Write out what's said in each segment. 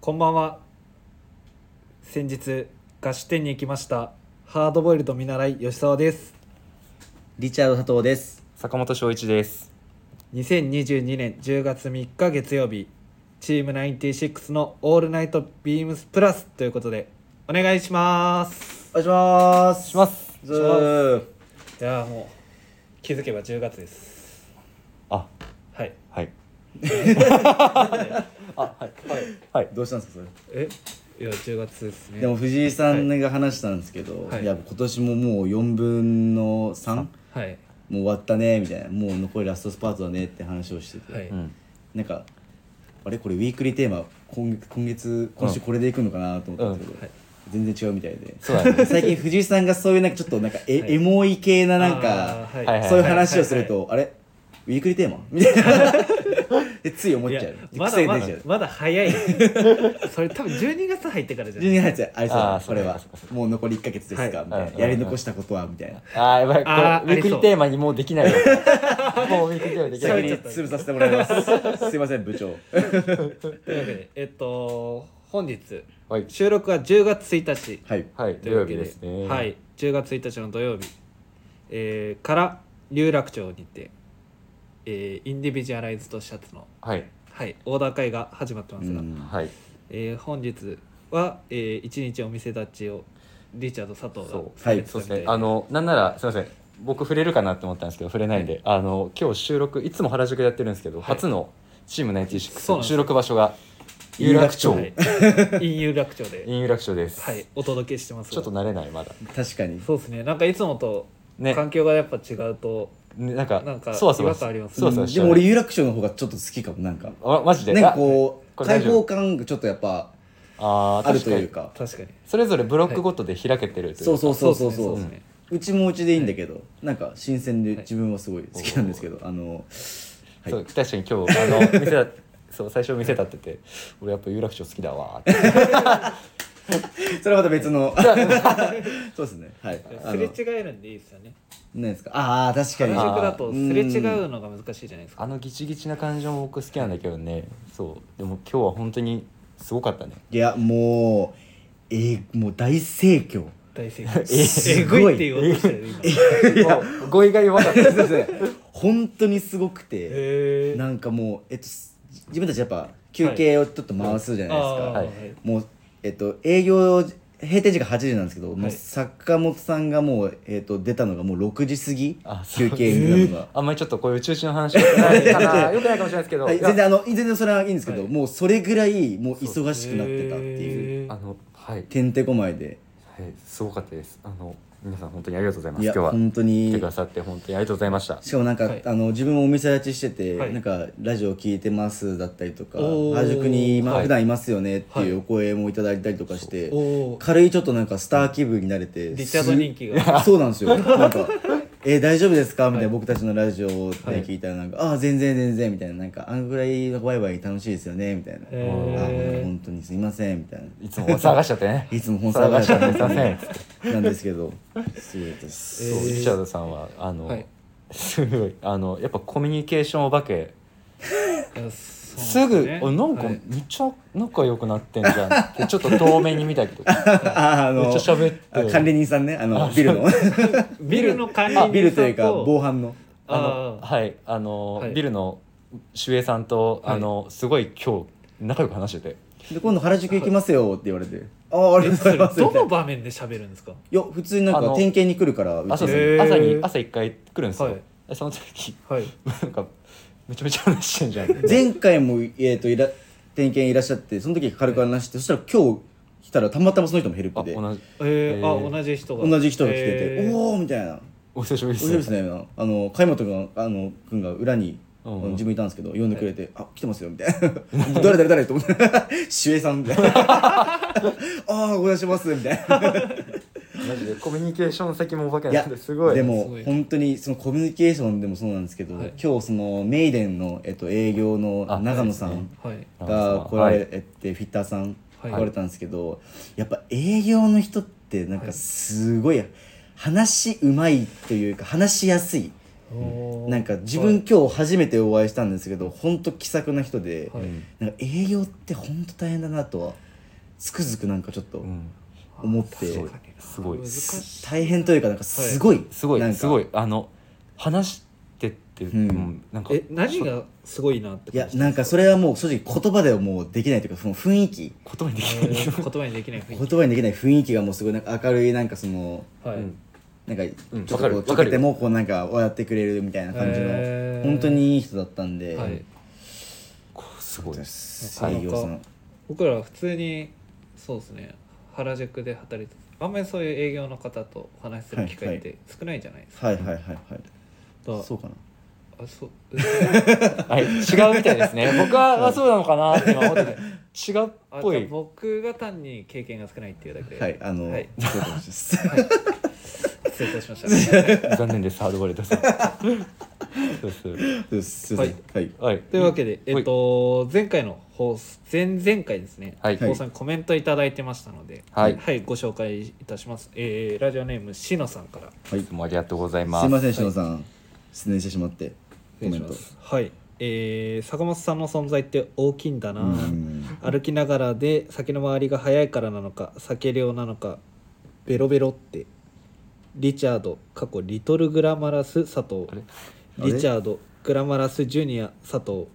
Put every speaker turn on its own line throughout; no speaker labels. こんばんは先日菓子店に行きましたハードボイルド見習い吉沢です
リチャード佐藤です。
坂本翔一です。
2022年10月3日月曜日チーム96のオールナイトビームスプラスということでお願いします
お願いします。
します
ずー
いやーもう気づけば10月です
あ、
はい
はい。
どうしたんですかそれ、
えいや10月ですね
でも藤井さんが話したんですけど、
はい
い、や今年ももう4分の 3? も
はいう
終わったねみたいなもう残りラストスパートだねって話をしてて、
はい、
うん。
なんかあれこれウィークリーテーマ今月今月今週これでいくのかなと思ったんですけ
う
ど、
んはい
全然違うみたいで
そうだね。
最近藤井さんがそういうなんかちょっとなんかえ、
はい
エモい系ななん
あ
か、
ー
はいはい
そういう話をすると、あれウィークリーテーマみた いなでつい思っ
い
ち
や
ゃう
まだ
癖
ま
出
だ
ちゃう
まだ早 いそれ多分12月入ってからじゃない
12月ありそう
あ
だ
ー
これは
そうかそう
もう残り1か月ですか、
はい
みたい
うん
なやり残したことはみたいな
あー、やばい。こ
あー
れ、ウィークリ
ありそう
ーテーマにもうで きないよ。もうウィークリーテーマできな
先
い。
に潰させてもらいますす いません部長
というわけで、えっと、本日、
はい。
収録は10月1日
はい
はい。
と
土
いう
曜
わけ
日
で、
ですね。
はい、10月1日の土曜日、えーから有楽町にて、えーインディビジュアライズドシャツの、
はい。
はい、オーダー会が始まってますが、
うん
はい。
えー本日は、え1日お店立ちをリチャード佐藤が
そう。
さ
は
れ
い。
て
そ
たみた
うです
い
ね。あの、なんなら、すみません。僕触れるかなって思ったんですけど、触れないんで、あの、今日収録、いつも原宿でやってるんですけど、
い
初のチーム
そうなん
96
です
収録場所が有楽町、
はい、イン有楽町で、
in 有楽町です。
はい、お届けしてますが
ちょっと慣れないまだ。
確かに
そうですねなんかいつもと
ね
環境がやっぱ違うと、
ねなんか
なんか、
そわそ
違
わ
和感ありますね
そわそわしち
で
ゃう
も俺有楽町の方がちょっと好きかもなんか
あ、マジで。
なんかこう
あ
開放感がちょっとやっぱ
あー
あると
確か
い
に
うか
確かに
それぞれブロックごとで開けてるという
そうそうそうそう
そ
そうう
ですね
うちもうちでいいんだけどなんか新鮮で
い
自分はすごい好きなんですけどあのはい
そう確かに今日あ の店だそう最初店立ってて俺やっぱ有楽町好きだわーって
それはまた別の そうですねはいあ
す
の
れ違えるんでいいですよね
何ですかああ確か
原
に
宿
あー
だとすれ違うのが難しいじゃないですか
あのギチギチな感じも僕好きなんだけどねそうでも今日は本当にすごかったね
いやもうえーもう大盛況
大正解
す
え
ご
ぐい
い
って言おうとしてる今
もう語彙が弱かった です
そうですね本当にすごくて、
へー
なんかもう、えっと、す自分たちやっぱ休憩をちょっと回すじゃないですか、
あー
はい
もう、えっと、営業閉店時間8時なんですけど、も
は
う
い
坂本さんがもう、えっと、出たのがもう6時過ぎ
あそう
休憩になるのが。
あんまりちょっとこういう宇宙人の話は良くないか な良くないかもしれないですけど、
はい、
いや
全然あの全然それはいいんですけど、
はい
もうそれぐらいもう忙しくなってたっていう
へー
あのはい、
てんてこまいで
はい、すごかったですあの皆さん本当にありがとうございま
い
す今
や
日は
本当
来
に
てくださって本当にありがとうございました
しかもなんか、
はい
あの自分もお店立ちしてて、
はい
なんかラジオ聞いてますだったりとか
おー
原宿に、まあ
はい
普段いますよねって
はい
いうお声もいただいたりとかして、
おー
軽いちょっとなんかスター気分になれて、
リチャード人気が
す そうなんです よなんか「え大丈夫ですか?」みたいな、
はい
僕たちのラジオで聞いたらなんか「ああ全然全然」みたいななんか「あんぐらいワイワイ楽しいですよね」みたいな「
へー
あ本当にすいません」みたいな。
いつも探しちゃってね
いつも本探しちゃって
すいません
なんですけど、すごいです。
そう、
えー
リチャードさんはあの、
はい
すごいあのやっぱコミュニケーションお化け
いや
す
そう
ぐ、
ね
あなんか
は
め
い
っちゃ仲良くなってんじゃんってちょっと遠目に見たけど
ああの
めっちゃ喋って
あ管理人さんね、あのビルの。
ビルの管理人さん
あビルというか防犯の
あ
あ
の
ー
はいあの、
はい
ビルの守衛さんと
はい
あの、すごい今日仲良く話してて
で今度原宿行きますよって言われて「ああありがとうございます」み
ど
たい
の
な
場面で喋るんですか
いや普通になん
あ
か
の
点検に来るからう
あ
ち
そう
へ
そ
に
ー
う、朝に朝一回来るんですよ、
はい
でその時
はい
なんかめちゃめちゃ話してんじゃん
前回も、えー、といら点検いらっしゃってその時軽く話してそしたら今日来たらたまたまその人もヘル
あ
プで
同じ
えー
えー
あ同じ人が
同じ人が来て
え
て「
ー
おお」みたいな
お久しぶ
「
り
お
で
し
す
いですね」みたいなあの貝本君があの君が裏に。あ
うん
の自分いたんですけど呼んでくれて「あ来てますよ」みたいな「誰誰誰?」と思って「守衛さん」みたいな「ああお願いします」みたいな
マジでコミュニケーション先もお化け
い
な
や
んですごい
です
ご
も
い
本当にそのコミュニケーションでもそうなんですけど、
はい
今日そのメイデンの、えっと、営業の
あ
長野さ
そうん
はい
が来られて、フィッターさん
はい
来られたんですけど、やっぱ営業の人ってなん
はい
かすごい話うまいというか話しやすい
おー
なんか自分今日初めてお会いしたんですけど本当気さくな人で、
はい
なんか営業って本当大変だなとはつくづくなんかちょっと
うん
思って、
そうすごい
難しい
大変というかなんかすごい、
すご
なん
い
か
すごいあの話してって、
うん
うんなんか
え何がすごいなって
いや
感じ
なんかそれはもう正直言葉ではもうできないというかその雰囲気
言 葉にでき
え
ない
ー言葉にできない雰囲
言葉にできない雰囲気がもうすごいなんか明るいなんかその
気は
う
い
ん
なんか
うん
ちょっ
わか
と
る
こう
わ
ちょ
か
け
る
てもこうなんか笑ってくれるみたいな感じの、
へー
本当にいい人だったんで、
はい
こう すごい
です
はい
採用さん
僕らは普通にそうですね原宿で働いてあんまりそういう営業の方とお話しする機会って少ないじゃないですか、
はいはいはいはい
だ
そうかな
あそう
はい、違うみたいです ね。僕は、あ、そうなのかなって今思ってて。違うっ
あ
ぽ
じゃあ
い。
僕が単に経験が少ないっていうだけで、
はいあの、
はい
そうかもしれないです
失礼いたしま した
残念です、ハードボイルドさん。そうそう。
そうですすいませんはい
はい。
というわけで、
うん
えっと、前回の放送前々回ですね、
はい
放送にコメントいただいてましたので、
はい
ご紹介いたします、えーラジオネームしのさんから
いつもありがとうござい
す
ます。
いません篠田さん、失念してしまってコメント
はい、えー坂本さんの存在って大きいんだな、
うん
歩きながらで酒の回りが早いからなのか酒量なのかベロベロってリチャード過去リトルグラマラス佐藤
あれ
リチャードグラマラスジュニア佐藤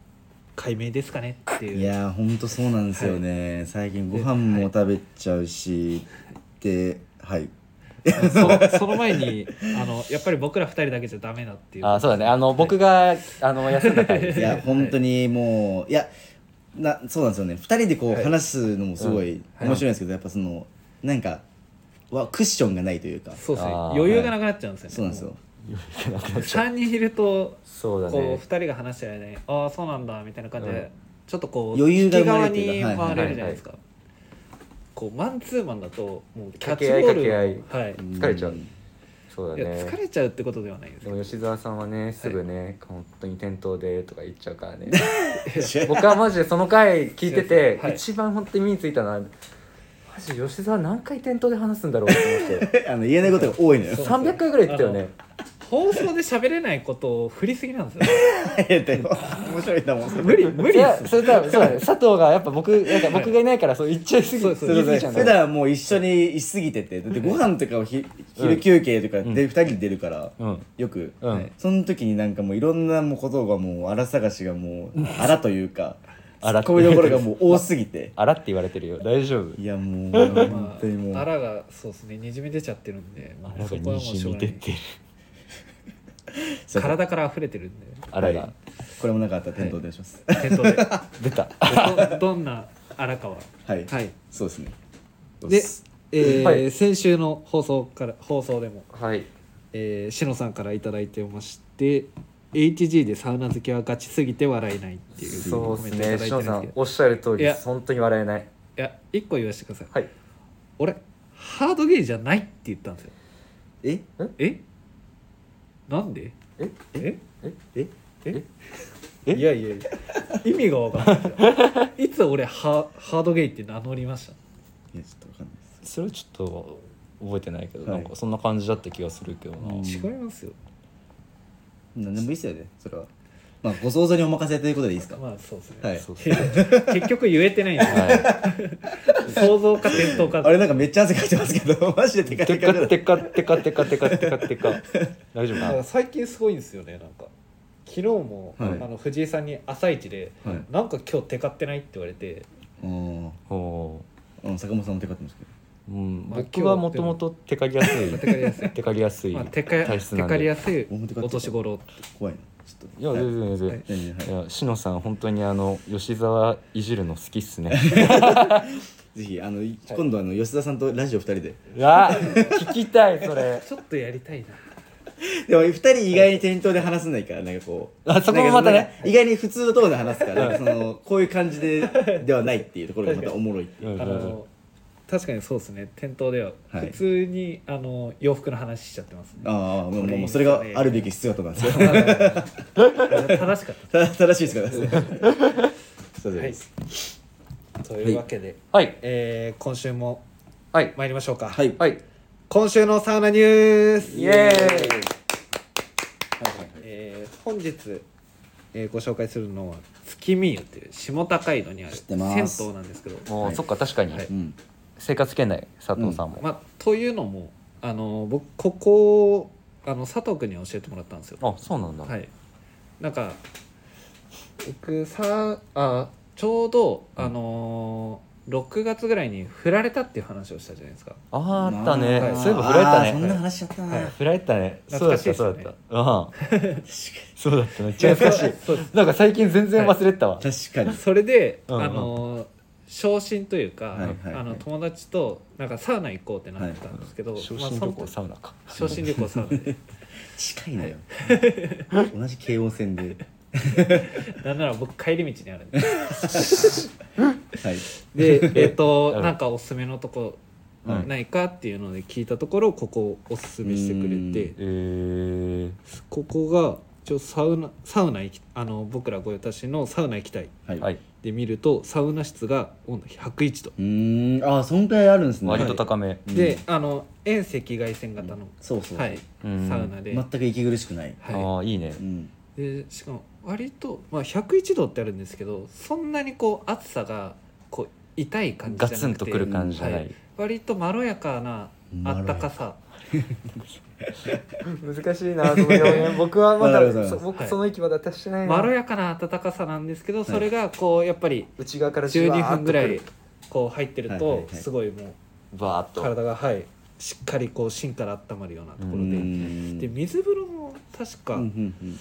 解明ですかねっていう
いやーほんとそうなんですよね、最近ご飯も食べちゃうし、ではい
そその前にあのやっぱり僕ら二人だけじゃダメだっていう
あ、そうだね。あの、僕が、あの、休んだ回です
い
ね。
や本当にもう、い、やなそうなんですよね二人でこう
はい
話すのもすごい
はい
面白いんですけど、やっぱそのなんかはクッションがないというか
そうですね
あー
余裕がなくなっちゃうんですよね
そうなんですよ
もう三人いると
そうだ
こう
ね
二。人が話してる間にああそうなんだみたいな感じで、
うん
ちょっとこう
余裕が
利
生
き
まれ
側
ると
に
いうか
回れるじゃないですか、こうマンツーマンだともうキャッチボール
掛け合い掛
はい、い
疲れちゃう。そうだ
や
ね。
疲れちゃうってことではないです
で
けど
も吉沢さんはねすぐね、本当に店頭でとか言っちゃうからね
違う
僕はマジでその回聞いてて、
はい
一番本当に身についたのはマジ吉沢何回店頭で話すんだろうって思って
あの言えないことが多いのよ
そう
300回ぐらい言ってたよね
放送で喋れないことを振りすぎなんですよ
いやでも面白いんだもん
無理無理
い
で
や
す
それ多分そうだね佐藤がやっぱ僕なんか僕がいないからそう言っちゃいすぎ
そう
言
ですそうで
いす
す
ぎちゃうんだ
普
よ
段はもう一緒にいすぎててだってご飯とかをひ昼休憩とかで二人で出るから、
うん
よく、
うん
はいその時になんかもういろんなもうことがもう荒探しがもう荒というかツ
荒
ッ
って
コミどころがもう多すぎて
あらって言われてるよ大丈夫
いやもう本
ま
当にもう
あ、あらがそうですねにじみ出ちゃってるんで、まあ、
なん
そ
か
こはもうしょう
滲み
がな
出
い
てる
体から溢れてるん で
あらが
はいこれもなかったら点灯お願いします
店頭で
出た
どどんなあらかは
はい、
はい
そうですね
で、えー
はい
先週の放送から放送でも、
はい
えー、しのさんから頂いてまして HG でサウナ好きはガチすぎて笑えないっていう
そうですね
い
し
てる
の
んで
さ
すけ
ん
ど
おっしゃる通
い
り
や
本当に笑えない
いや一個言わせてください、
はい
俺ハードゲーじゃないって言ったんですよ
え
えなんで
え
え
え
え
いやいやいや意味が分かんないですよいつ俺ハハードゲイって名乗りました
いやちょっとわかんないです
それはちょっと覚えてないけど、
はい
なんかそんな感じだった気がするけどな、
うん
違いますよ
何でもいいっすよねそれはまあご想像にお任せということでいいですか
まあそうですね、
はい
そうそう
結局言えてないんですよ
は
想像か検討か
あれなんかめっちゃ汗かいてますけど マジで
い
テ
テ
カテカ
カ
だ
テカテカテカテカテカテカ大丈夫
なん
か
か最近すごいんですよねなんか昨日も、
はい
あの藤井さんに「朝一で、
はい
なんか今日テカってない?」って言われて
うん
なお
うん坂本さんもテカってますけど
ーうん、
まあ
僕はもともとテカりやすい
テカりやすい、
テカりやすい
まあ、テカ
体質
テ
なん
カり
で
やすい
表から
お年頃
怖いなちょっと
いや全然全然、
はいい
全然はい
やしのさん本当にあの吉沢いじるの好きっ すね
ぜひあの、今度あの吉田さんとラジオ2人で
あ聞きたいそれ
ちょっとやりたいな
でも2人意外に店頭で話さないからなんかこう
あそこもまたね
なんかその意外に普通のトーンで話すからなんかそのこういう感じでではないっていうところがまたおもろいっていう
うん
あの確かにそうですね店頭では
はい
普通に、あの洋服の話しちゃってますね
ああもう
これいい
も
っ
う
す
そ
ね
れがあるべき姿なんですよ
正しかった
正しい姿ですねそう
た、は
で
い
す、
というわけで、
はい
えー今週も
はい
参りましょうか、
はい
はい
今週のサウナニュース
イエーイ
え本日、えーご紹介するのは月見湯っていう下高井戸にある
知ってます
銭湯なんですけど
も
は
う
い
そっか確かに
はい
うん
生活圏内佐藤さんも、
まあ、というのもあの僕ここをあの佐藤君に教えてもらったんですよ。
あそうなんだ、
はい、なんか僕さあちょうど、
うん
あのー6月ぐらいに振られたっていう話をしたじゃないですか。
あーあったね、
まあ
そういえば振られた
あーそ
ね
んな話しちゃったな、
はい
振られたねそう
懐か
だっ
しい
た
っす
そう
よね
だったうんそうだっためっちゃ懐かしい
そうです
なんか最近全然忘れてたわ、
確かに
それで、
うんうん
あのー昇進というか、
はいはいはい
あの友達となんかサウナ行こうってなってたんですけど、
昇
まあ
進
そ
旅
の
行サウナか
昇進旅行サウナで
近いのよ同じ京王線で
なんなら僕帰り道にあるんで
はい
でえっ
う
と
ん
なんかおすすめのとこ
うん
ないかっていうので聞いたところここをおすすめしてくれて
えー、
ここが一応サウナサウナ行きあの僕らご用達のサウナ行きたい
はい、
はい
で見るとサウナ室が温度101度
うーんああそんくらいあるんですね
割と高め、
うん
であの遠赤外線型の
そうそうそう、
はい
うん
サウナで
全く息苦しくない、
は
ああいいね
うん、
いでしかも割とまあ101度ってあるんですけどそんなにこう暑さがこう痛い感じじゃな
ガ
くて
ツンとくる感じじゃない、
は割とまろやかなあったかさ
難しいなその表 現僕はま
わ
だ
かるわかる
そ僕その域まで達してないな、
まろやかな暖かさなんですけどそれがこうやっぱり
内側からじわーっ
12
と
分ぐら
く
い
る
こう入ってる
はいはい
と
はい
すごいも
バーっ
う
と
体がはいしっかりこう芯から温まるようなところ
う
で
ん
で水風呂も確か、
うんうんうん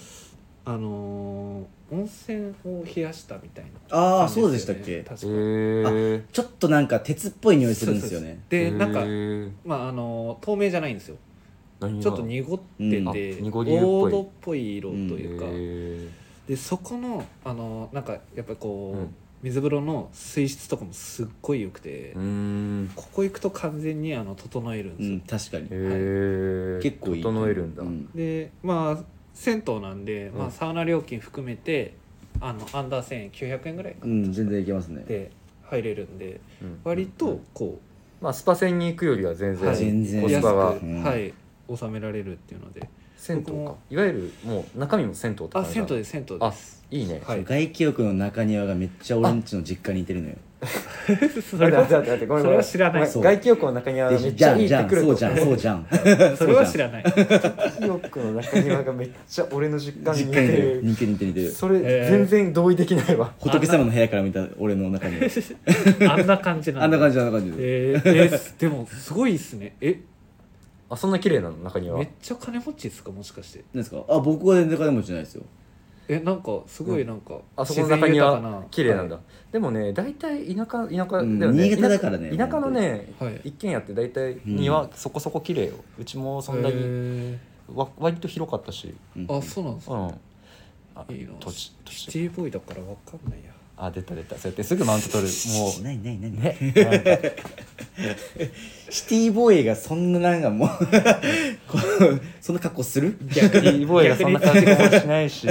あのー温泉を冷やしたみたいな
ああ
感じ
そうで
で
し
す
た
よ
っ
ね
け
確か
えー、
ちょっとなんか鉄っぽい匂いするんですよ
そうそう
ね
そうでなんか
えー
まああのー透明じゃないんですよ
何が
ちょっと濁って
うんあ
て
濁り湯っぽい
黄土っぽい色というか、
えー
でそこのあのーなんかやっぱりこう、
うん
水風呂の水質とかもすっごい良くて、
うーん
ここ行くと完全にあの整えるんです
う
よ、
ん確かに
へー
結構いい
整えるんだ、
うん
でまあ銭湯なんで、ま
う
あ、
ん
サウナ料金含めてあのアンダー1000円900円ぐらいか
うん全然いけますね
で入れるんで
うん
割とこ
まあスパ線に行くよりは全
はい
全
然
う
然
コ
安く、
スパが
安うん
はい収められるっていうので
銭湯
僕
か
も
いわゆるもう中身も銭湯って感
あ
じな
銭
の
湯です銭湯です
いいね
はい
外気浴の中庭がめっちゃ俺んちの実家にいてるのよ
そ
待
れ
って
は
待って待ってごめんごめん
それは知らない
ごめん外気浴の中庭がめ
で
っ
じ
ちゃ
ゃ
い
ん
いっ
じゃ
て
ん
くる
そう
と
じゃんそうじゃん
それは知らない
外気浴の中庭がめっちゃ俺の実家に似
実家にい
て
る
る
似てる似てる似てる
それ全然同意できないわ
仏様の部屋から見た俺の中に
あんな感じなんだ
あんな感じあんな感じで
えーえーでもすごいっすねえ
あそんな綺麗なの中庭
めっちゃ金持ちですかもしかして
何ですかあ僕は全然金持ちじゃないですよ
えなんかすごいなんか
あそこの中庭綺麗なんだ、でもね大体田舎田舎だよ
うん
ね、
新潟だからね
田田舎のね、
はい
一軒家って大体庭そこそこ綺麗ようちもそんなに、
に
わ割と広かったし
うん
あそうなんです
う
か
んあ
いいな
土地
シ
土
テ
地
ィボーイだからわかんないや
あ出た出たそうやってすぐマウント取るもう
何何何
ねなんか
シティボーイがそんななんかもうこうそんな格好する
逆にボーイがそんな感
逆
じ
に
がしない し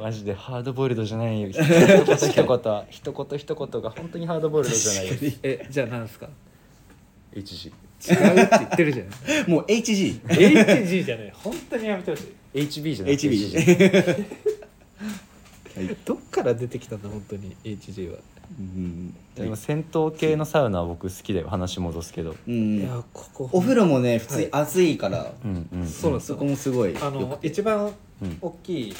マジでハードボイルドじゃないよ一言一言一言一言が本当にハードボイルドじゃないよ
えじゃあなんですか
一時
違うって言ってるじゃない
もう HG
HG じゃない本当にやめてほしい
HB じゃない
HB
どっから出てきたんだ本当に HG は
うん
でも戦闘系のサウナは僕好きだよ話戻すけど
う
い
ん
やここ
お風呂もね普
は
通
い
暑いから
うんうん
そうなんです
そ
よ
こもすごい
あの一番
うん
大きい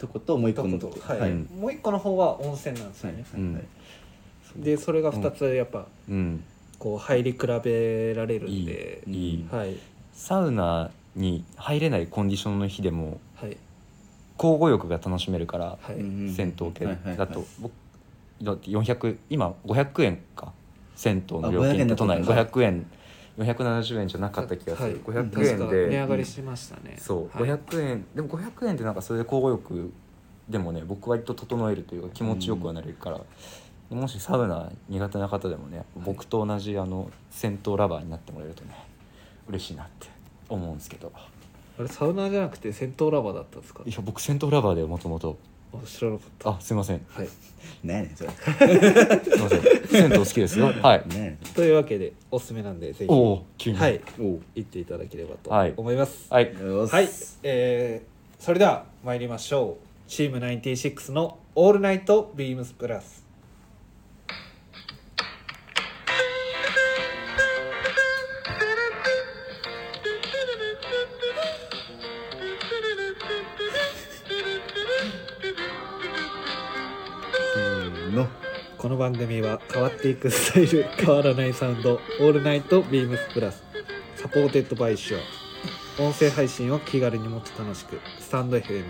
とこともう一
と
個の
ことと
こ
はい、
はい
もう一個の方は温泉なんです
は
よ
い
ね、
うん
はい
でそれが2つやっぱ
うん
こう入り比べられるんで
うん
いい
はい
サウナに入れないコンディションの日でも
はい
交互浴が楽しめるから
はい、
うんうん
銭湯系
はいはいはい
だと僕だって400今500円か銭湯の料
あ500
金
円
で
だ
都内
はい
500円470円じゃなかった気がする
はい
500円
確か値上
で
がりしましたね、
そう
はい、
500円でも500円でなんかそれで交互浴でもね僕割と整えるというか気持ちよくはなれるからもしサウナ苦手な方でもね僕と同じあの銭湯ラバーになってもらえるとね嬉しいなって思うんですけど
あれサウナーじゃなくて銭湯ラバーだったんですか
いや僕銭湯ラバーだよもともと
あ知らなかった
あすいません
はい
何やねんそれ
すいません銭湯好きですよはい
何やねん
というわけでおすすめなんでぜ
お
ひ
お急に
はい
おう
行っていただければと
はい
思います、
はい
よーし
はい、えーそれでは参りましょうチーム96の「オールナイトビームスプラス」
ーの
この番組は変わっていくスタイル変わらないサウンド「オールナイトビームスプラス」サポーテッドバイシュア音声配信を気軽にもっと楽しくスタンド FM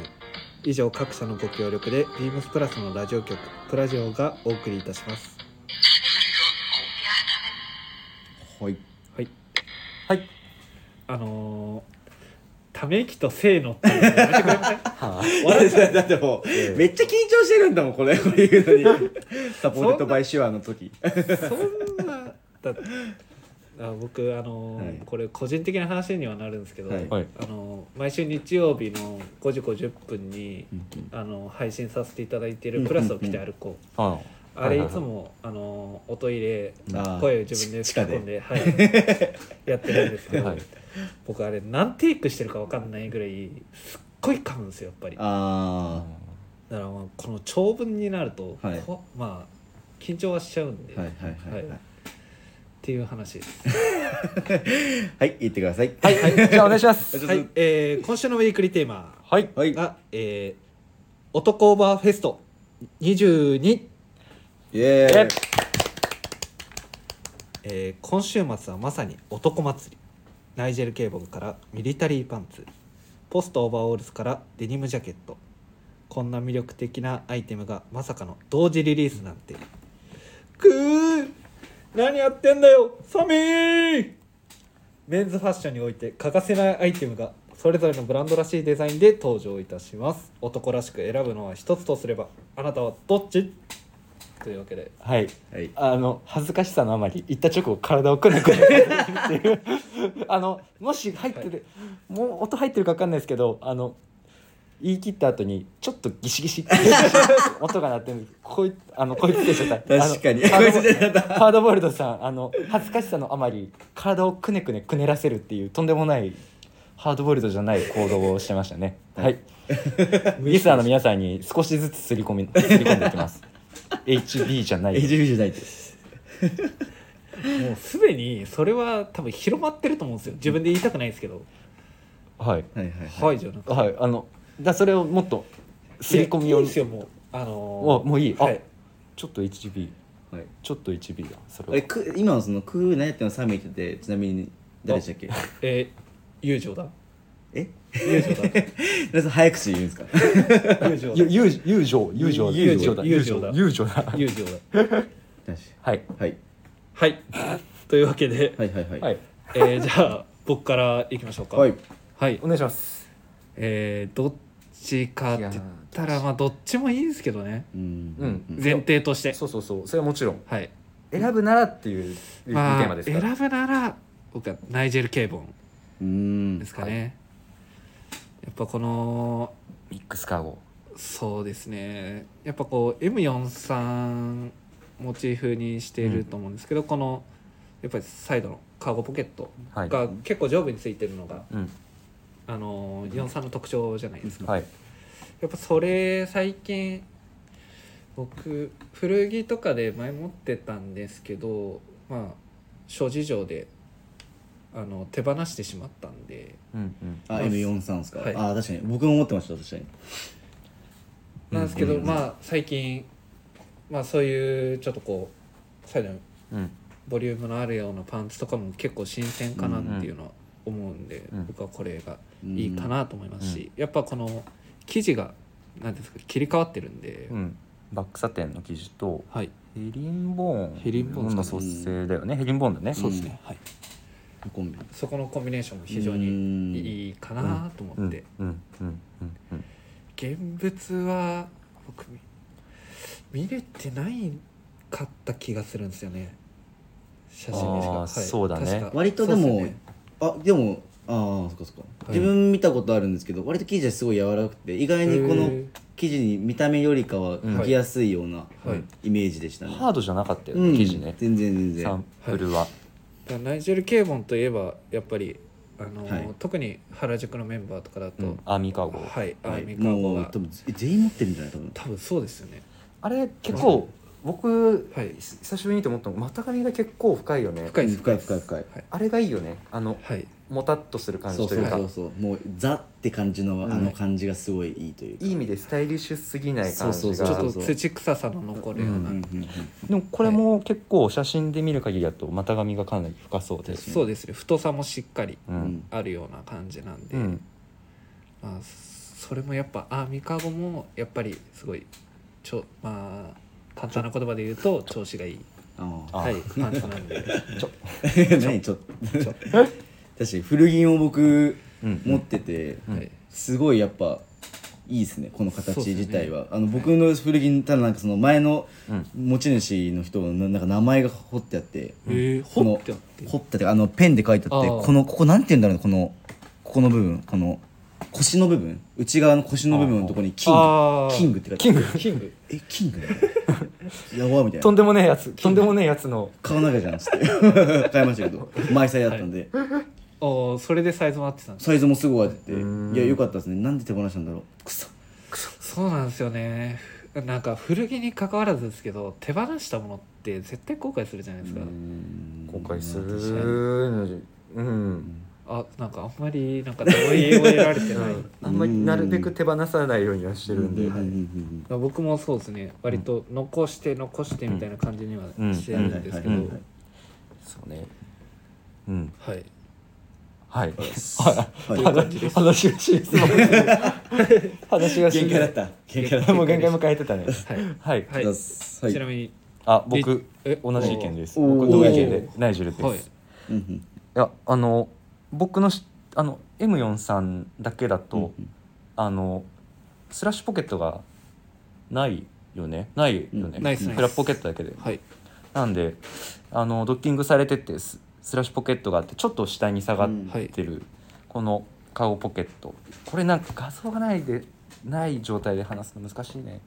以上各社のご協力でビームスプラスのラジオ局プラジオがお送りいたします
はい
はい
はい
あのー、ため息とせーのっていうのやめてくれません
はい
だってだっても
ええ
うめっちゃ緊張してるんだもんこれこれ言う のにサポーテッドバイシュアの時
そんなだあ僕あのー
はい
これ個人的な話にはなるんですけど、
はい
はい
あのー毎週日曜日の5時50分に、あのー配信させていただいて
うん
る「
うん
プラスを着て歩こう」
あ
あ
はい
れ
はいいはい
つもあのー音入れ
あー
声を自分で打
地
ち
下
込んで、はい、 やってるんですけど、
はい
僕あれ何テイクしてるか分かんないぐらいすっごい噛むんですよやっぱりだか
あ
らまあこの長文になると、
はい
こまあ緊張はしちゃうんで、
あは
っ
いはいはいはい
はいていう話です
はい言ってください
はいはいじゃあお願いします
はい、えー今週のウィークリーテーマ
はい
はい
が、えー男オーバーフェスト22、
イエーイ
えー今週末はまさに男祭りナイジェル・ケーボンからミリタリーパンツポストオーバーオールスからデニムジャケットこんな魅力的なアイテムがまさかの同時リリースなんてくー何やってんだよサミーメンズファッションにおいて欠かせないアイテムがそれぞれのブランドらしいデザインで登場いたします男らしく選ぶのは一つとすればあなたはどっちというわけで
はい
はい
あの恥ずかしさのあまり言った直後体をくねくね っていうあのもし入ってる、もう音入ってるか分かんないですけどあの言い切った後にちょっとギシギ シって音が鳴ってるんですこいあのこいつでしょ
確かに
あの
こいつでしょ
ハードボイルドさんあの恥ずかしさのあまり体をくねくねくねらせるっていうとんでもないハードボイルドじゃない行動をしてましたねはいリスナーの皆さんに少しずつすり込みすり込んでいきます HB じゃない
HB じゃないです
もうすでにそれは多分広まってると思うんですよ自分で言いたくないですけど
はい
はいはい
「はい」じゃなくて
はい、あのだそれをもっと刷り込みを
いやいいですよもうあの
おもういいあ、
はい
ちょっと HB
はい
ちょっと HB だそ
あ
れ
れ
は
く今のそのクー何やってんのサミーってちなみに誰でしたっけ
えー、友情だ
え
友情だ
皆さん早口で言うんですか
友情
ゆ
だ
友情友情友情
友
友情
友情
だ
だ
友情だ
友情だ
はい
はい
はいというわけで、
はいはいはい
はいい
えーじゃあ僕からいきましょうか
はい、
はい
お願いします
えーどっちかって言ったらまあどっちもいいんですけどね
うん
うん
前提として
そうそうそうそれはもちろん
はい
選ぶならっていうテ
ま
ーマ
あ
ですから
選ぶなら僕はナイジェル・ケーボン
うん
ですかね、やっぱこの
ミックスカーゴ
そうですねやっぱこう M43 モチーフにしていると思うんですけど、このやっぱりサイドのカーゴポケット
はい
が結構上部についてるのが、
うん
あの43の特徴じゃないですか、
はい
やっぱそれ最近僕古着とかで前持ってたんですけどまあ諸事情であの手放してしまったんで
うんうん
あ M43 ですか、
はい
あ確かに僕も思ってました確かに
なんですけど、
うん
まあ最近まあそういうちょっとこうサイドの
うん
ボリュームのあるようなパンツとかも結構新鮮かなっていうのは思うんで、
うん
僕はこれが
うん
いいかなと思いますし、やっぱこの生地が何ですか切り替わってるんで、
うんバックサテンの生地と
はい
ヘリンボーン
ヘリンボーン
の
ですか
組
ね
成だよねヘリンボーンだね
そうですね
はい、
コンビ
そこのコンビネーションも非常
う
に
ん
いいかなと思
うんう
っ
ん
て、
うんうんうん
現物は僕見見れてないかった気がするんですよね写真にしか、
あー
はい
そうだね
確か
割とで
そうっ
も
すよね
あでもああそっかそっか、
い
自分見たことあるんですけど割と生地はすごい柔らかくて意外にこ
へ
の
ー
生地に見た目よりかは
うん
履きやすいような
はい
イメージでしたね、
ハードじゃなかったよ
うん
ね生地ね
全然全然
サンプルは
だからナイジェル・ケーボンといえばやっぱりあの、
はい
特に原宿のメンバーとかだと、
うん、アーミーカーゴ
はい、ア
は
ー
い
ミーカーゴ
もう
が
多分全員持ってるんじゃない多分
多分そうですよね
あれ結構僕
はい
久しぶりにと思ったの股上が結構深いよね
深いです
深い深い深い
はい、
あれがいいよねあの
はい、
もたっとする感
そ
じ
う
と
そ
いううか
そうそうもうザって感じの
うん
あの感じがすごいいいというか
いい意味でスタイリッシュすぎない感
そう
じ
そ
ちょ
う
っ
そう
が
と土臭さの残るよう
うん
な、
うんうん
でもこれも結構写真で見る限りだと股上がかなり深そうで
確か
す
に
そうですね太さもしっかり
う
うんん
あるような感じなんで、
うん
まあ、それもやっぱあ三河もやっぱりすごいちょまあ簡単な言葉で言うと調子がいい
ああ
あ
はいパンツなんで
何ちょっと確かに古着を僕
うん
持ってて
うん
はい
すごいやっぱいいですねこの形
そうですね
自体は、あの僕の古着ただなんかその前の
うん
持ち主の人のなんか名前が彫ってあって、
えー、
この
掘ってあって
彫ってあってあのペンで書いてあって
ああ
このここなんて言うんだろうねこのここの部分この腰の部分内側の腰の部分のところにキン
あ
グ
あ
キングって書いて
キング
キング
あるえキングだよね やばみたい
とんで
な
もねえやつとんでもねえやつの
買わなきゃじゃんっつって 買いましたけど毎歳だったんで、
ああそれでサイズも合ってたんです
サイズもすぐ合ってて
うん
いや良かったですねなんで手放したんだろうくそ
そうなんですよねなんか古着に関わらずですけど手放したものって絶対後悔するじゃないですか
後悔す
確かに
るうん
あなんかあんまりなんか同意を得られてない
あんまりなるべく手放さないようにはしてるんで
うんうんうん
まあ僕もそうですね割と残して残してみたいな感じには
うん
して
う
る
ん
んですけ
は
ど
いはいはいはい
そうねうん
はい
はい
はい
話話がし話が
限界だった限界だった
もう限界迎えてたね
はい
は
は
い
い
は
ちないみに
あ僕
え
同じ意見です
おー
僕同意見で
お
ナイジェルです、、
はいい
うんうん
やあの僕のしあの M4 さんだけだと、
うん
あのスラッシュポケットがないよねないよね、
うん
ナイスナイス
フラップポケットだけで
はい
なんであのドッキングされててススラッシュポケットがあってちょっと下に下がってる、この顔ポケットこれなんか画像がないでない状態で話すの難しいね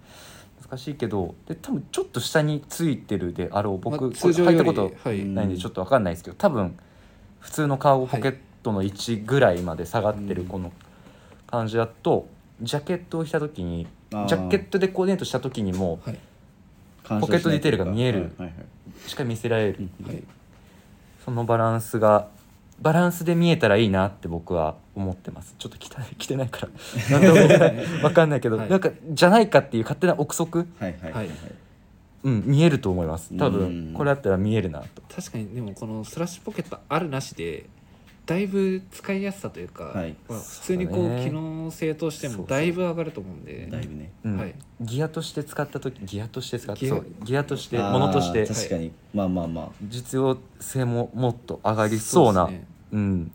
難しいけどで多分ちょっと下についてるであろう僕、
まあ
これ入ったこと
はい
うん
ないんでちょっと分かんないですけど多分普通の顔ポケットの位置ぐらいまで下がってる
うん
この感じだと、ジャケットを着た時にジ
あー
ャケットでコーディネートした時にも
はい
干渉しない
ポケットディテールが見える
はいはいはい
しっかり見せられるっていう、
はい
そのバランスがバランスで見えたらいいなって僕は思ってますちょっと着た着てない からなんとも言えない分かんないけ ど、
はい
なんかじゃないかっていう勝手な憶測、
はいはいはいはい
うん、見えると思います多
う
分
ん
これだったら見えるなと
確かにでもこのスラッシュポケットあるなしでだいぶ使いやすさというか、
はい
まあ、普通にこ
そう
う
だね
機能性として
そう
も
そう
だいぶ上がると思うんで
だいぶね
うん
はい
ギアとして使った時ギアとして使った
ギア
そうギアとして
あー
ものとして
確かにまあまあま
実用性ももっと上がりそうな
ですね
うん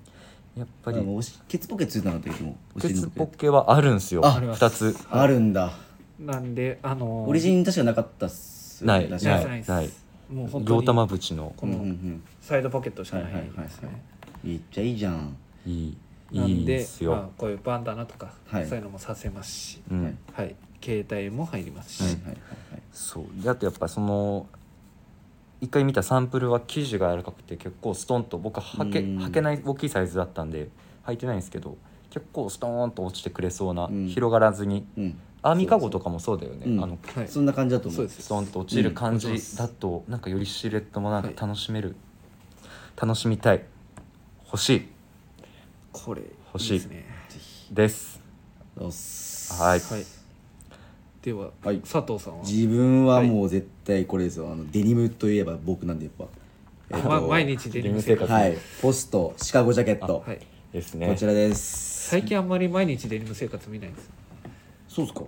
やっぱ
あでも
り
おしケツポケついたのってもうお尻
鉄
の
ポケはあるんすよ
あ
ります
2つ
あるんだ
なんであのー
オリジン確かなかったっすよ
ない
確
ナ
か
イ
に
スナイス
ない
もう本当
両
に
玉縁の
こ
うんう
の
ん
サイドポケットしかない
はいはいはい
ですね
うんめっちゃいいじゃん
いいい
なん
いで
ですまあ
よ、
こういうバンダナとか、
はい
そういうのもさせますし、
うん
はい
はい、携帯も入りますし、
はいはいはいはい
そうであとやっぱその一回見たサンプルは生地が柔らかくて結構ストンと僕ははけ
うん
はけない大きいサイズだったんで履いてないんですけど結構ストーンと落ちてくれそうな、
うん
広がらずに
うん
アーミカゴとかもそうだよね、
うん
あの
はい
そんな感じだと思
そう
う
です
ストンと落ちる感じ
うん落ちます
だと、なんかよりシルエットもなんか楽しめる、楽しみたい欲しい
これ
欲しい
いいですね
です
おっす
はい
はいでは、
はい
佐藤さんは
自分はもう絶対これですよあのデニムといえば僕なんでやっぱえっと
ま、毎日デニム生活、
はいポストシカゴジャケット
はい、
です
こ
ね
ちらです
最近あんまり毎日デニム生活見ないんです
そうっすか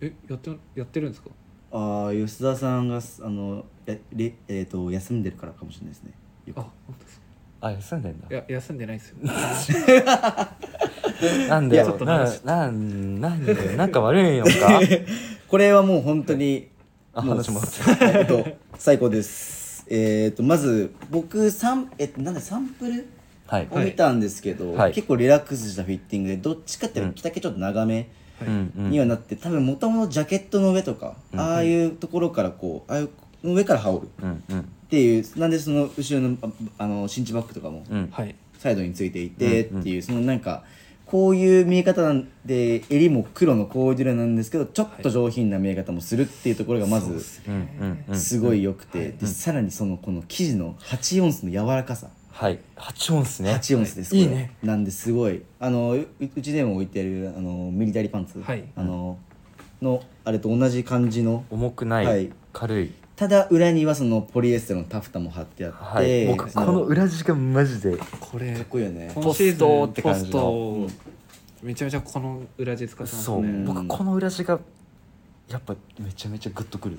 えやってやってるんですか
ああ吉田さんがすあのえれえっ、と休んでるからかもしれないですねよく
あ本当ですか
あ休んでんだ
いや休んでないですよ
なんだ
いやちょ
よ
っと
な
話
なんなんだよなんか悪いのか
これはもう本当に
あ
もう
話戻って
えっと最高ですえっ、とまず僕サンえっとなんだサンプル
はい、
を見たんですけど、
はい
結構リラックスしたフィッティングでどっちかっていう
うん
と着丈ちょっと長め
はい
うんうん
にはなって、多分もともとジャケットの上とか、
うん
ああいうところからこうああいうの上から羽織る
うんうん
っていうなんでその後ろのああの新地バッグとかも
うん
はい
サイドについていてっ
うんうん
ていう、そのなんかこういう見え方なんで襟も黒のコーデュロイなんですけどちょっと上品な見え方もするっていうところがま
そうっ
ず
す
うんうんうん
すごい良くて、
はい
でさらにそのこの生地の8オンスの柔らかさ
はい8音っすね
8オンスです、
はい
これ
いいね
なんですごいあのううちでも置いてるあのミリタリーパンツ、
はい
あののあれと同じ感じの
重くない、
はい
軽い、
ただ裏にはそのポリエステルのタフタも貼ってあって、
はい、僕
そ
この裏地がマジで
これ
かっこいいよね
今シーズン
ポストって感じの
ポストめちゃめちゃこの裏地使ってます
そう、
ね
ん
僕この裏地がやっぱめちゃめちゃグッとくる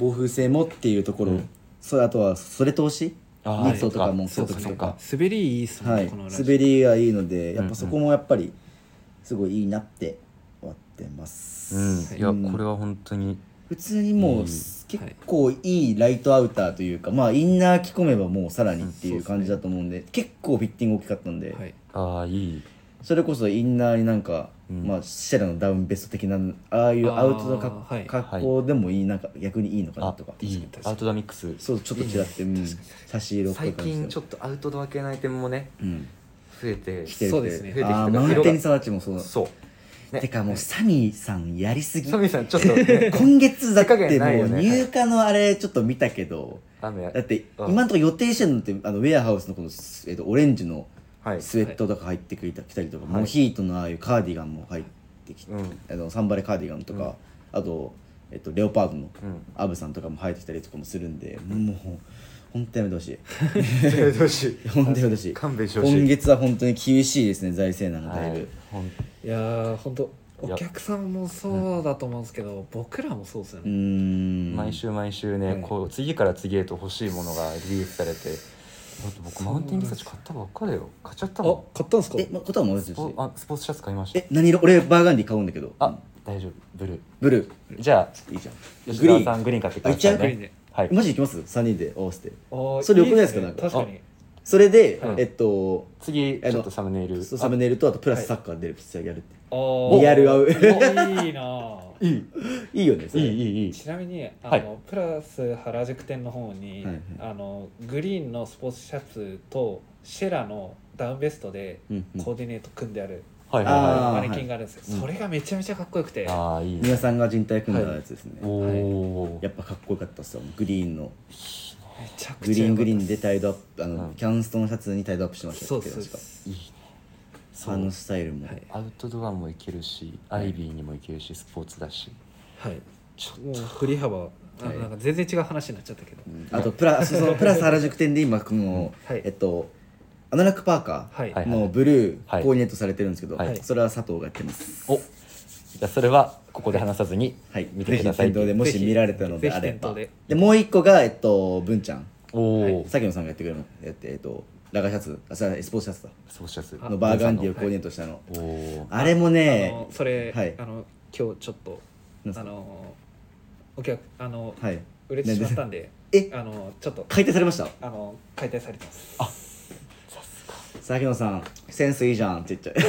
防風性もっていうところ、
うん
それあとはそれ通しニ
あー
ットとかも
そう
と
か
か
そうか
滑りいいっすもんね、
はい
この裏地
滑りがいいのでやっ
うんう
ぱ
ん
そこもやっぱりすごいいいなって思ってます、
うんいやこれは本当に
普通にもう、
うん
結構いいライトアウターというかまあインナー着込めばもうさらにってい
うん
う
そう
感
ですね
じだと思うんで結構フィッティング大きかったんで、
はい
ああいい
それこそインナーになんか、
うん
まあシェラのダウンベスト的なああいうアウトの格
あーはい
格好でもいいなんか逆にいいのかな
あ
とか
いい
確かに
アウトドアミックス
そうちょっと違って
いいね
うん
確かに
差し色っぽい
最
感じ
近
で
ちょっとアウトドア系のアイテムもね
うん
増えて
来てる
そうですね
来てる
増えてきた
ああ
から
マウンテン育ちもそうだ
そうね
てかもうサミーさんやりすぎ
サミーさんちょっと、 ね、
今月だっ
手加
て
減ない
も
よ
う
ね
入荷のあれちょっと見たけど
雨
だって
うん
今のところ予定してるのってあのウェアハウスのこの、えっと、オレンジの
はい
スウェットとか入ってきたきたりとか、
はい
モヒートのああいうカーディガンも入ってきて、
うん
あのサンバレカーディガンとか、あと、えっと、レオパードの
うん
アブさんとかも入ってきたりとかもするんで、もうほんとやめてほし
どうし
いほんとやめてほしい
勘弁してほしい
今月は本当に厳しいですね財政難がだいぶ、
はいほん
いやーほんと
いや
お客さんもそうだと思うんですけど、僕らもそうですよ
うー
ね、
ん
毎週毎週ね、
うん
こう次から次へと欲しいものがリリースされてだって
そ
僕
う
マ
な
ウ
ん
ン
です
テングサーチ買ったばっかだよ買っちゃった
あ
も
買ったんですか
え、ま、ことはもうんち
ス
ょ
ポ
っと
あスポーツシャツ買いました
え何色俺バーガンディ買うんだけど
あ大丈夫ブル
ブル
ーじゃ
ーいいじゃん
あ吉
グリー
田
ン
さんグリーン買ってください
あ行っちゃうグ
リーン
ね
で
はい
マジ行きます3人で合わせて
あー
それ良くないですか
っね
なんか
確かに
それで、
うん
えっと
次ちょっとサムネイル
そうサムネイルとあとプラスサッカー出るピッチャーやるって
あー
リアル合う
おいいなあ
いい
いいよねそ
い
れ
いいいいい
ちなみにあの、
はい
プラス原宿店の方に、
はいはい
あのグリーンのスポーツシャツとシェラのダウンベストで
うんうん
コーディネート組んである
はいはいはい
あー
マネキンがあるんですよ、
はい
それがめちゃめちゃかっこよくて
ああいい
皆
ね
さんが人体組んだやつですね、
おお
やっぱかっこよかったっすよグリーンの
めちゃくち
グ
ゃ
リーングリー
ン
ンでタイドアップあの、
うん
キャンストのシャツにタイドアップしてました
そう
け
そう
ど
そう
確
いいね
かあのスタイルも、
はい
アウトドアもいけるしアイビーにもいけるしスポーツだし
はい
ちょ
もう振り幅あ
はい
なんか全然違う話になっちゃったけど、
うんあとプラスそのプラス原宿店で今この、
はい
えっとアナラックパーカ
はい、
は
ー
い
のブル
は
ー
い
コーディネートされてるんですけど、
はい
それは佐藤がやってます
おじゃあそれはここで話さずに
はい
見てくださ
ぜ
い
ひ店頭でも
ぜ
し
ひ
見られたのであれ
ぜひ店頭
ば
で
でもう一個がえっと文ちゃん
おお
さきのさんがやってくれるやってえっとラガーシャツあさスポーツシャツだ
スポーツシャツ
あ
のバーガンディを
は
コ
い
ーディネートしたの、
おお
あれもね
あのそれ、
はい
あの今日ちょっと
なんす
あ
か
のお客あの、
はい
売れてしまったんで
え
あのちょっと
解体されました
あの解体されてます
佐野さんセンスいいじゃんって言 っちゃう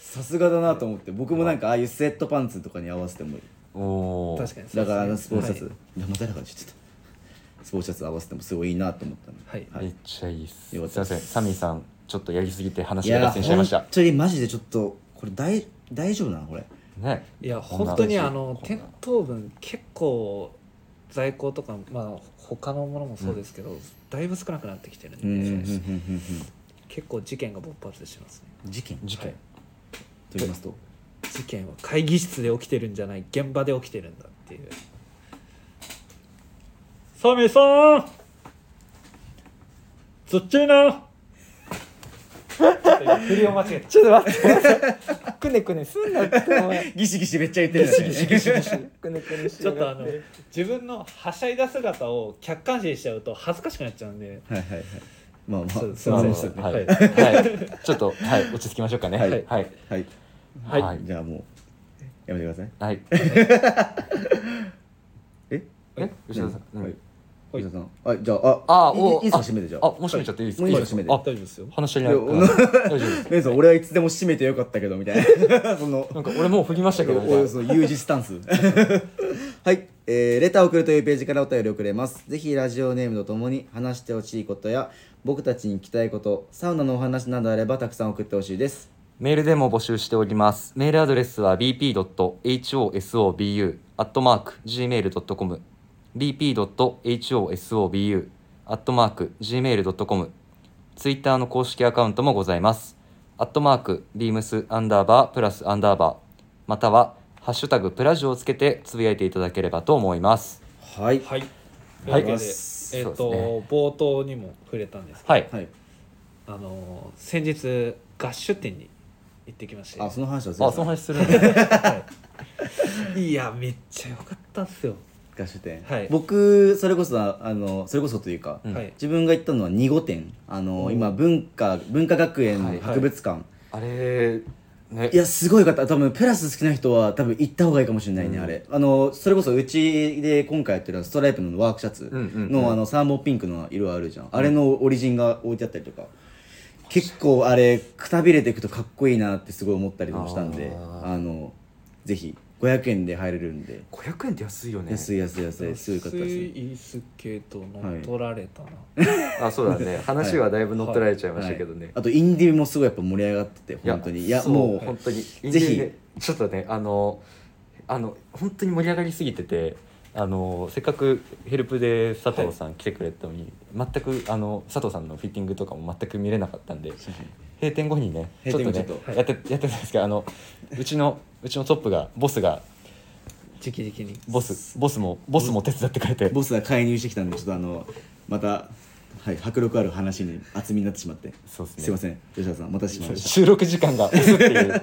さすがだなと思って僕もなんかああいうスウェットパンツとかに合わせてもいい
おお
確かにそうですね
だからあのスポーツシャツ、
はい
いやまただからちょっとスポーツシャツ合わせてもすごいいいなと思ったの
はい
めっちゃいいっす
よかっ
すいませ
た
んサミーさんちょっとやりすぎて
い
話が
や
脱線しちゃいました
本当にマジでちょっとこれ大大丈夫なのこれ
ね
いや
こんな
本当にあの
こんな
店頭分結構在庫とかまあ他のものもそうですけど、だいぶ少なくなってきてるんで、結構事件が勃発してますね
事件
事件
と言いますと
事件は会議室で起きてるんじゃない現場で起きてるんだっていうサメさんずっちいなちょっと今振りを間違えた
ちょっと待 ってくねくねすんなってお前
ギシギシめっちゃ言ってるよね
くねくねし
ちょっとあの自分のはしゃいだ姿を客観視しちゃうと恥ずかしくなっちゃうんで
はいはいはいまあまあ
そうすい
ま
ま
あ
せ
ま
ん
あ
でしたね
はい、
は
はい、ちょっとはい落ち着きましょうかね
はい
はいはい、
はい
はい
はい
じゃあもうやめてくださいえ
え吉田さん、うん
はい吉田さんはいじゃあ
あ
あ
ー
いい
お
いいっすか閉めてじゃ
あ
あ
もう閉めちゃっていいですか、
もういいよ
です
閉めて
あ
大丈夫ですよ
話し足りない
いや
うん大丈夫です
メイさん俺はいつでも閉めてよかったけどみたいな その
なんか俺もう振りましたけどみたい
お
な
およその U 字スタンス はいえーレターを送るというページからお便りをくれます。ぜひラジオネームとともに話してほしいことや、僕たちに聞きたいこと、サウナのお話などあればたくさん送ってほしいです。
メールでも募集しております。メールアドレスは bp.hosobu.gmail.com bp.hosobu.gmail.com ツイッターの公式アカウントもございます。アットマーク、ビームス、アンダーバー、プラス、アンダーバー、または、ハッシュタグ、プラジオをつけてつぶやいていただければと思います。
はい。
はい。という
はい
わけで、えっ、
そうです
と、
ね
冒頭にも触れたんですけど、
はい。
はい。
あのー先日ガッシュ店に行ってきまして、
あ、その話は全
あ、その話するんだ。
はい、いやめっちゃ良かったっすよ。
合宿店。
はい
僕、それこそ、あの、それこそというか、
うん
はい。
自分が行ったのは2号店。あの、今、文化、文化学
は
園
い
博物館。
あれ、ね
い、やすごい方多分プラス好きな人は多分行った方がいいかもしれないね、
うん
あれあのそれこそうちで今回やってるストライプのワークシャツの,、
うんうんうん
あのサーモンピンクの色あるじゃん、あれのオリジンが置いてあったりとか結構あれくたびれていくとかっこいいなってすごい思ったりもしたんで
あ
あのぜひ500円で入れるんで、
500円って安いよね。
安い安い安いすごい方ですね
いすけど乗っ取られたな。
あ、そうだね。話はだいぶ乗っ取られちゃいましたけどね
はい。あとインディもすごいやっぱ盛り上がってて
いや
本当にいや
そう
もう
本当に
ひ
ぜひちょっとねあのあの本当に盛り上がりすぎててあのせっかくヘルプで佐藤さん来てくれたのに、全くあの佐藤さんのフィッティングとかも全く見れなかったんで閉店後にねちょ
閉
っ
店
とね
後ちょっ
と
やってやってたんですけどあのうちのうちのトップがボスが
直々に。
ボスボスもボスも手伝ってくれて
ボスが介入してきたんでちょっとあのまた、はい、迫力ある話に厚みになってしまって
そうですね
いません吉田さんお待たせしました
収録時間が押すって いう。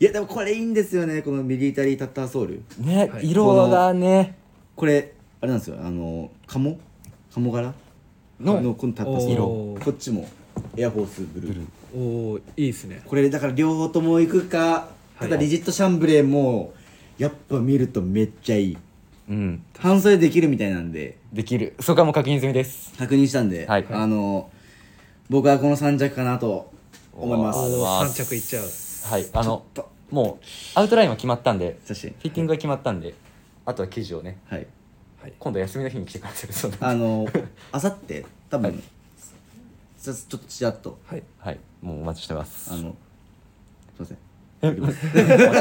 いやでもこれいいんですよねこのミリタリータッターソウル
ね、
はい
色がね
これあれなんですよあの鴨鴨柄
の
のこのタッターソウル
色
こっちもエアフォースブルー
おおいいですね。
これだから両方とも行くかただ
はい
リジットシャンブレーもやっぱ見るとめっちゃいい
うん
半袖できるみたいなんで
できるそこはもう確認済みです
確認したんで、
はい
あの僕はこの3着かなと思いま
あ
お
りがとうござい
す
お
ま
三
す
着いっちゃう。
はい、あのもうアウトラインは決まったんで
そして
フィッティングが決まったんであとは生地をね
はい
はい。
今度休みの日に来てくださいそうだ
あ のあさって多分、
はい
ちょっとちらっと
はい。
はいもうお待ちしてます
あのすいません
お待ちし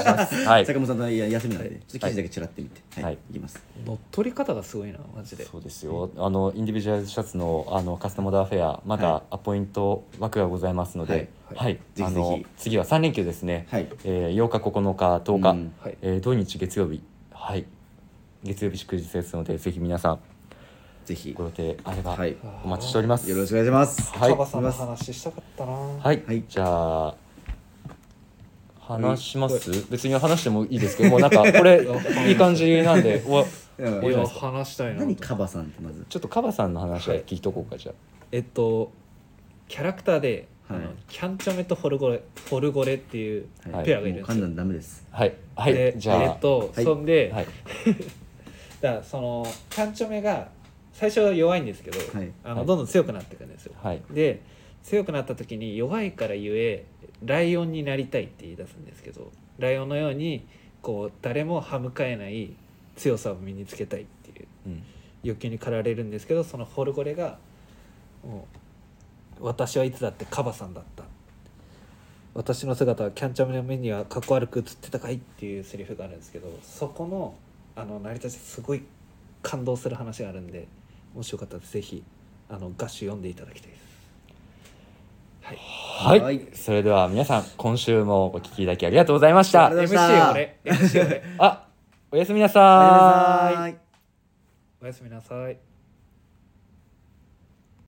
てますはい
坂本さんのいや休みなんで、
はい
ちょっと記事だけちらってみてはい、
はい
い、きます
乗っ取り方がすごいなマジで。
そうですよあのインディビジュアルシャツのあのカスタムオーダーフェアま
はい
だアポイント枠がございますので
はい
はい
ぜひぜひ
あの次は3連休ですね
はい
えー8日9日10
う
日
ん
はい。
えー土日月曜日はい月曜日祝日ですのでぜひ皆さん
ぜひ
ご
よ
予定あれば
はい
お待ちしております
ろしくお願いします
はい
カバさんの話したかったな。は
はい、
はい
じゃあ話します、別に話してもいいですけどもうなん かこれいい感じなんでお
うん
いや話したいなと。
何カバさんってまず
ちょっとカバさんの話は聞いとこうかじゃ
えっとキャラクターで、
は
あ
い
のキャンチャメとフォルゴレフォルゴレっていう
はい
ペアがいるんで
もう
す
噛ん
よ
だ。のダメです
あはいはい、
で
じゃあ、
えっと、
はい
そんで、
はい、
だからそのキャンチャメが最初は弱いんですけど、
はい
あ
は
の
い
どんどん強くなっていくんですよ。
はい、
で強くなった時に弱いからゆえライオンになりたいって言い出すんですけどライオンのようにこう誰も歯向かえない強さを身につけたいっていう
うん、
欲求に駆られるんですけどそのフォルゴレがもう「私はいつだってカバさんだった」「私の姿はキャンチャムの目にはかっこ悪く映ってたかい」っていうセリフがあるんですけどそこのあの成り立ちすごい感動する話があるんでもしよかったらぜひあのガッシュ読んでいただきたいです。はい、
はい、
はい
それでは皆さん今週もお聞きいただきありがとうございました
ありがとうございました
MC 俺 MC 俺
あおやすみな
バイ
さーい
バイ
おやすみなさい。